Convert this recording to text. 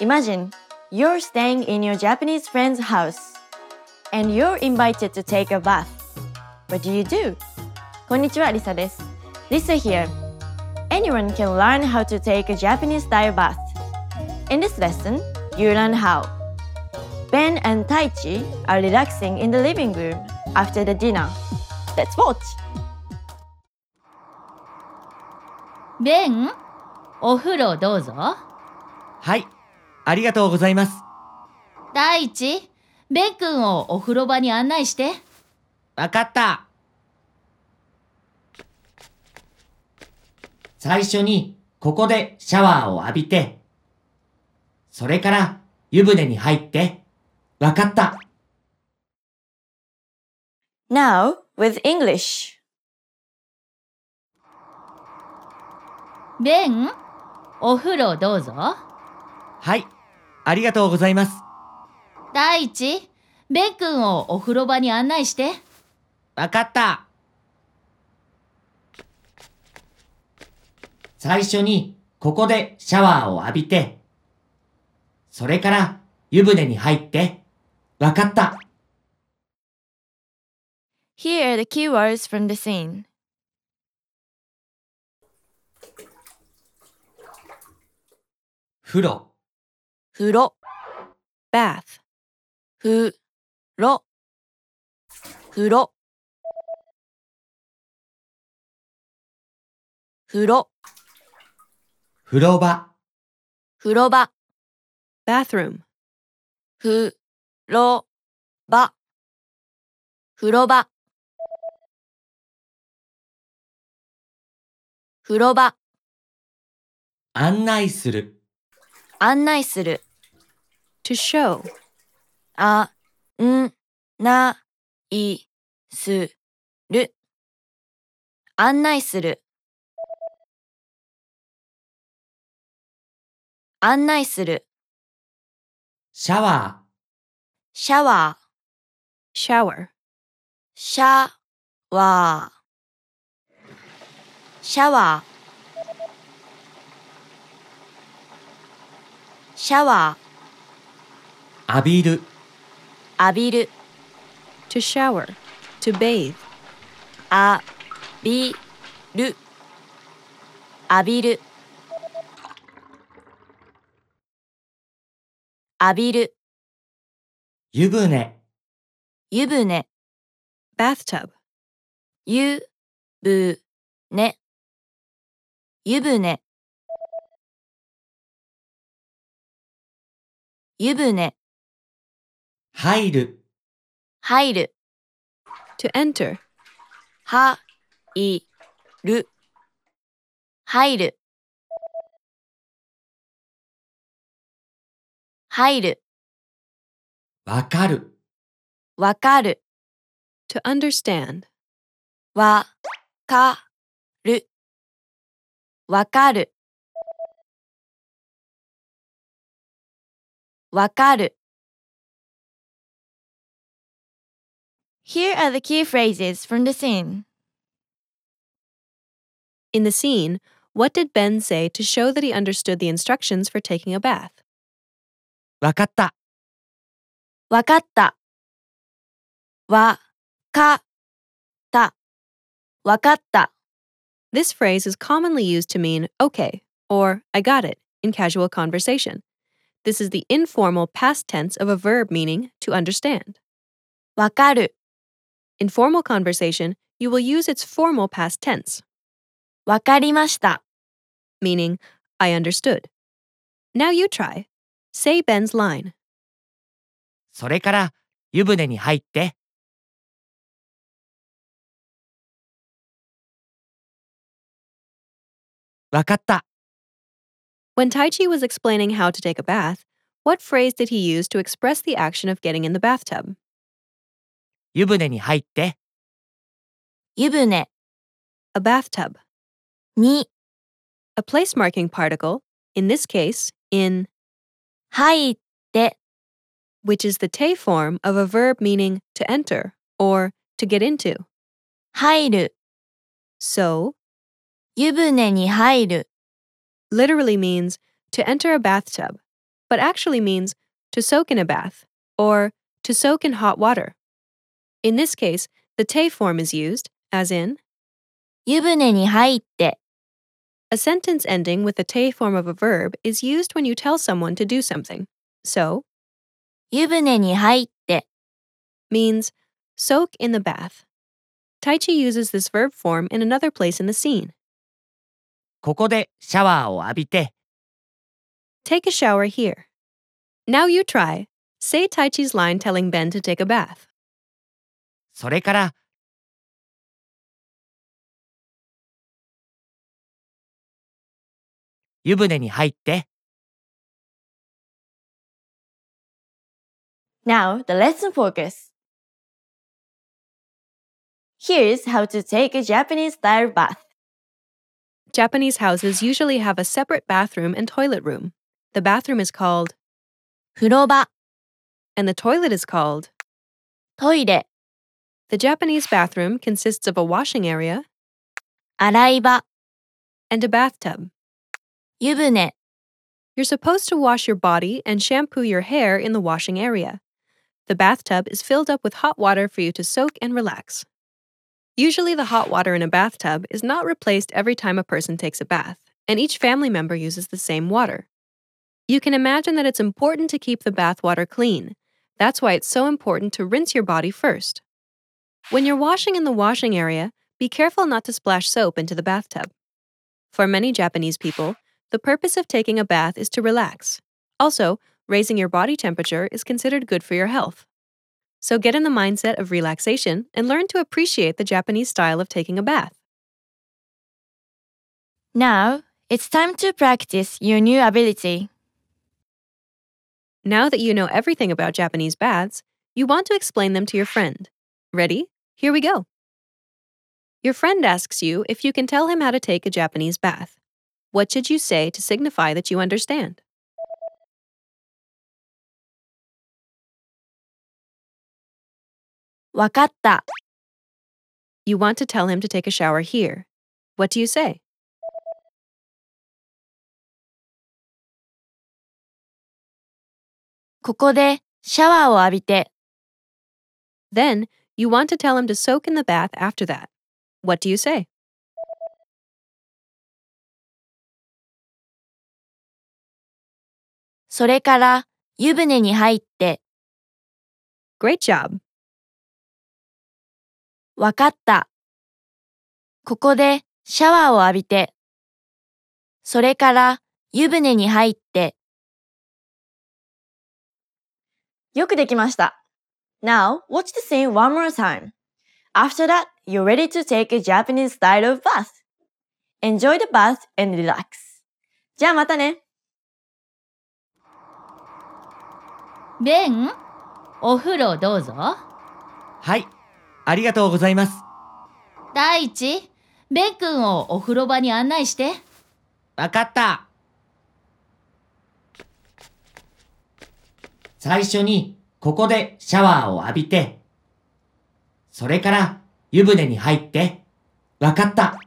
Imagine you're staying in your Japanese friend's house and you're invited to take a bath. What do you do? こんにちは、リサです。Lisa here. Anyone can learn how to take a Japanese style bath. In this lesson, you learn how. Ben and Taichi are relaxing in the living room after the dinner. Let's watch! ベン、お風呂どうぞ。はい、ありがとうございます。第一、ベン君をお風呂場に案内して。わかった。最初に、ここでシャワーを浴びて、それから湯船に入って、わかった。 Now, with English. ベン、お風呂どうぞ。はい、ありがとうございます。第一、ベン君をお風呂場に案内して。わかった。最初に、ここでシャワーを浴びて、それから湯船に入って、わかった。 Here are the keywords from the scene. 風呂、風呂 bath 風呂風呂風呂風呂場、風呂場 bathroom 風呂場風呂場風呂場案内する。案内する to show, あ、ん、な、い、す、る。案内する。案内する。シャワシャワー、 shower, シャ、ワー。シャワー。シャワー、浴びる、ー、浴びる。 to shower, to bathe, 浴びる浴びる浴びる湯船、湯船 bathtub, 湯船湯船湯船入る、入る to enter, はいる入る入るわかる、わかる to understand, わかるわかるわかる Here are the key phrases from the scene. In the scene, what did Ben say to show that he understood the instructions for taking a bath? わかった。わかった。わかった。わかった。 This phrase is commonly used to mean okay or I got it in casual conversation. This is the informal past tense of a verb meaning to understand. わかる。 In formal conversation, you will use its formal past tense, わかりました。 meaning I understood. Now you try. Say Ben's line. それから湯船に入って、わかった。 When Taichi was explaining how to take a bath, what phrase did he use to express the action of getting in the bathtub? 湯船に入って、湯船 A bathtub, に a place marking particle, in this case, in, 入って、 which is the te form of a verb meaning to enter or to get into. 入る。 So, 湯船に入る。 literally means to enter a bathtub, but actually means to soak in a bath or to soak in hot water. In this case, the te form is used, as in 湯船に入って、 a sentence ending with the te form of a verb is used when you tell someone to do something. So 湯船に入って、 means soak in the bath. Taichi uses this verb form in another place in the scene. ここでシャワーを浴びて Take a shower here. Now you try. Say Taichi's line telling Ben to take a bath. それから湯船に入って Now, the lesson focus. Here is how to take a Japanese style bath. Japanese houses usually have a separate bathroom and toilet room. The bathroom is called, 風呂場、 and the toilet is called. トイレ、 The Japanese bathroom consists of a washing area 洗い場、 and a bathtub. 湯船、 You're supposed to wash your body and shampoo your hair in the washing area. The bathtub is filled up with hot water for you to soak and relax. Usually, the hot water in a bathtub is not replaced every time a person takes a bath, and each family member uses the same water. You can imagine that it's important to keep the bath water clean. That's why it's so important to rinse your body first. When you're washing in the washing area, be careful not to splash soap into the bathtub. For many Japanese people, the purpose of taking a bath is to relax. Also, raising your body temperature is considered good for your health. So get in the mindset of relaxation and learn to appreciate the Japanese style of taking a bath. Now, it's time to practice your new ability. Now that you know everything about Japanese baths, you want to explain them to your friend. Ready? Here we go. Your friend asks you if you can tell him how to take a Japanese bath. What should you say to signify that you understand? Wakata. You want to tell him to take a shower here. What do you say? Then, you want to tell him to soak in the bath after that. What do you say? それから湯船に入って、 Great job! わかった。ここでシャワーを浴びて。それから湯船に入って。よくできました。Now, watch the scene one more time. After that, you're ready to take a Japanese style of bath. Enjoy the bath and relax. じゃあまたね。ベン、お風呂どうぞ。はいありがとうございます第一、ベン君をお風呂場に案内して。わかった最初にここでシャワーを浴びてそれから湯船に入ってわかった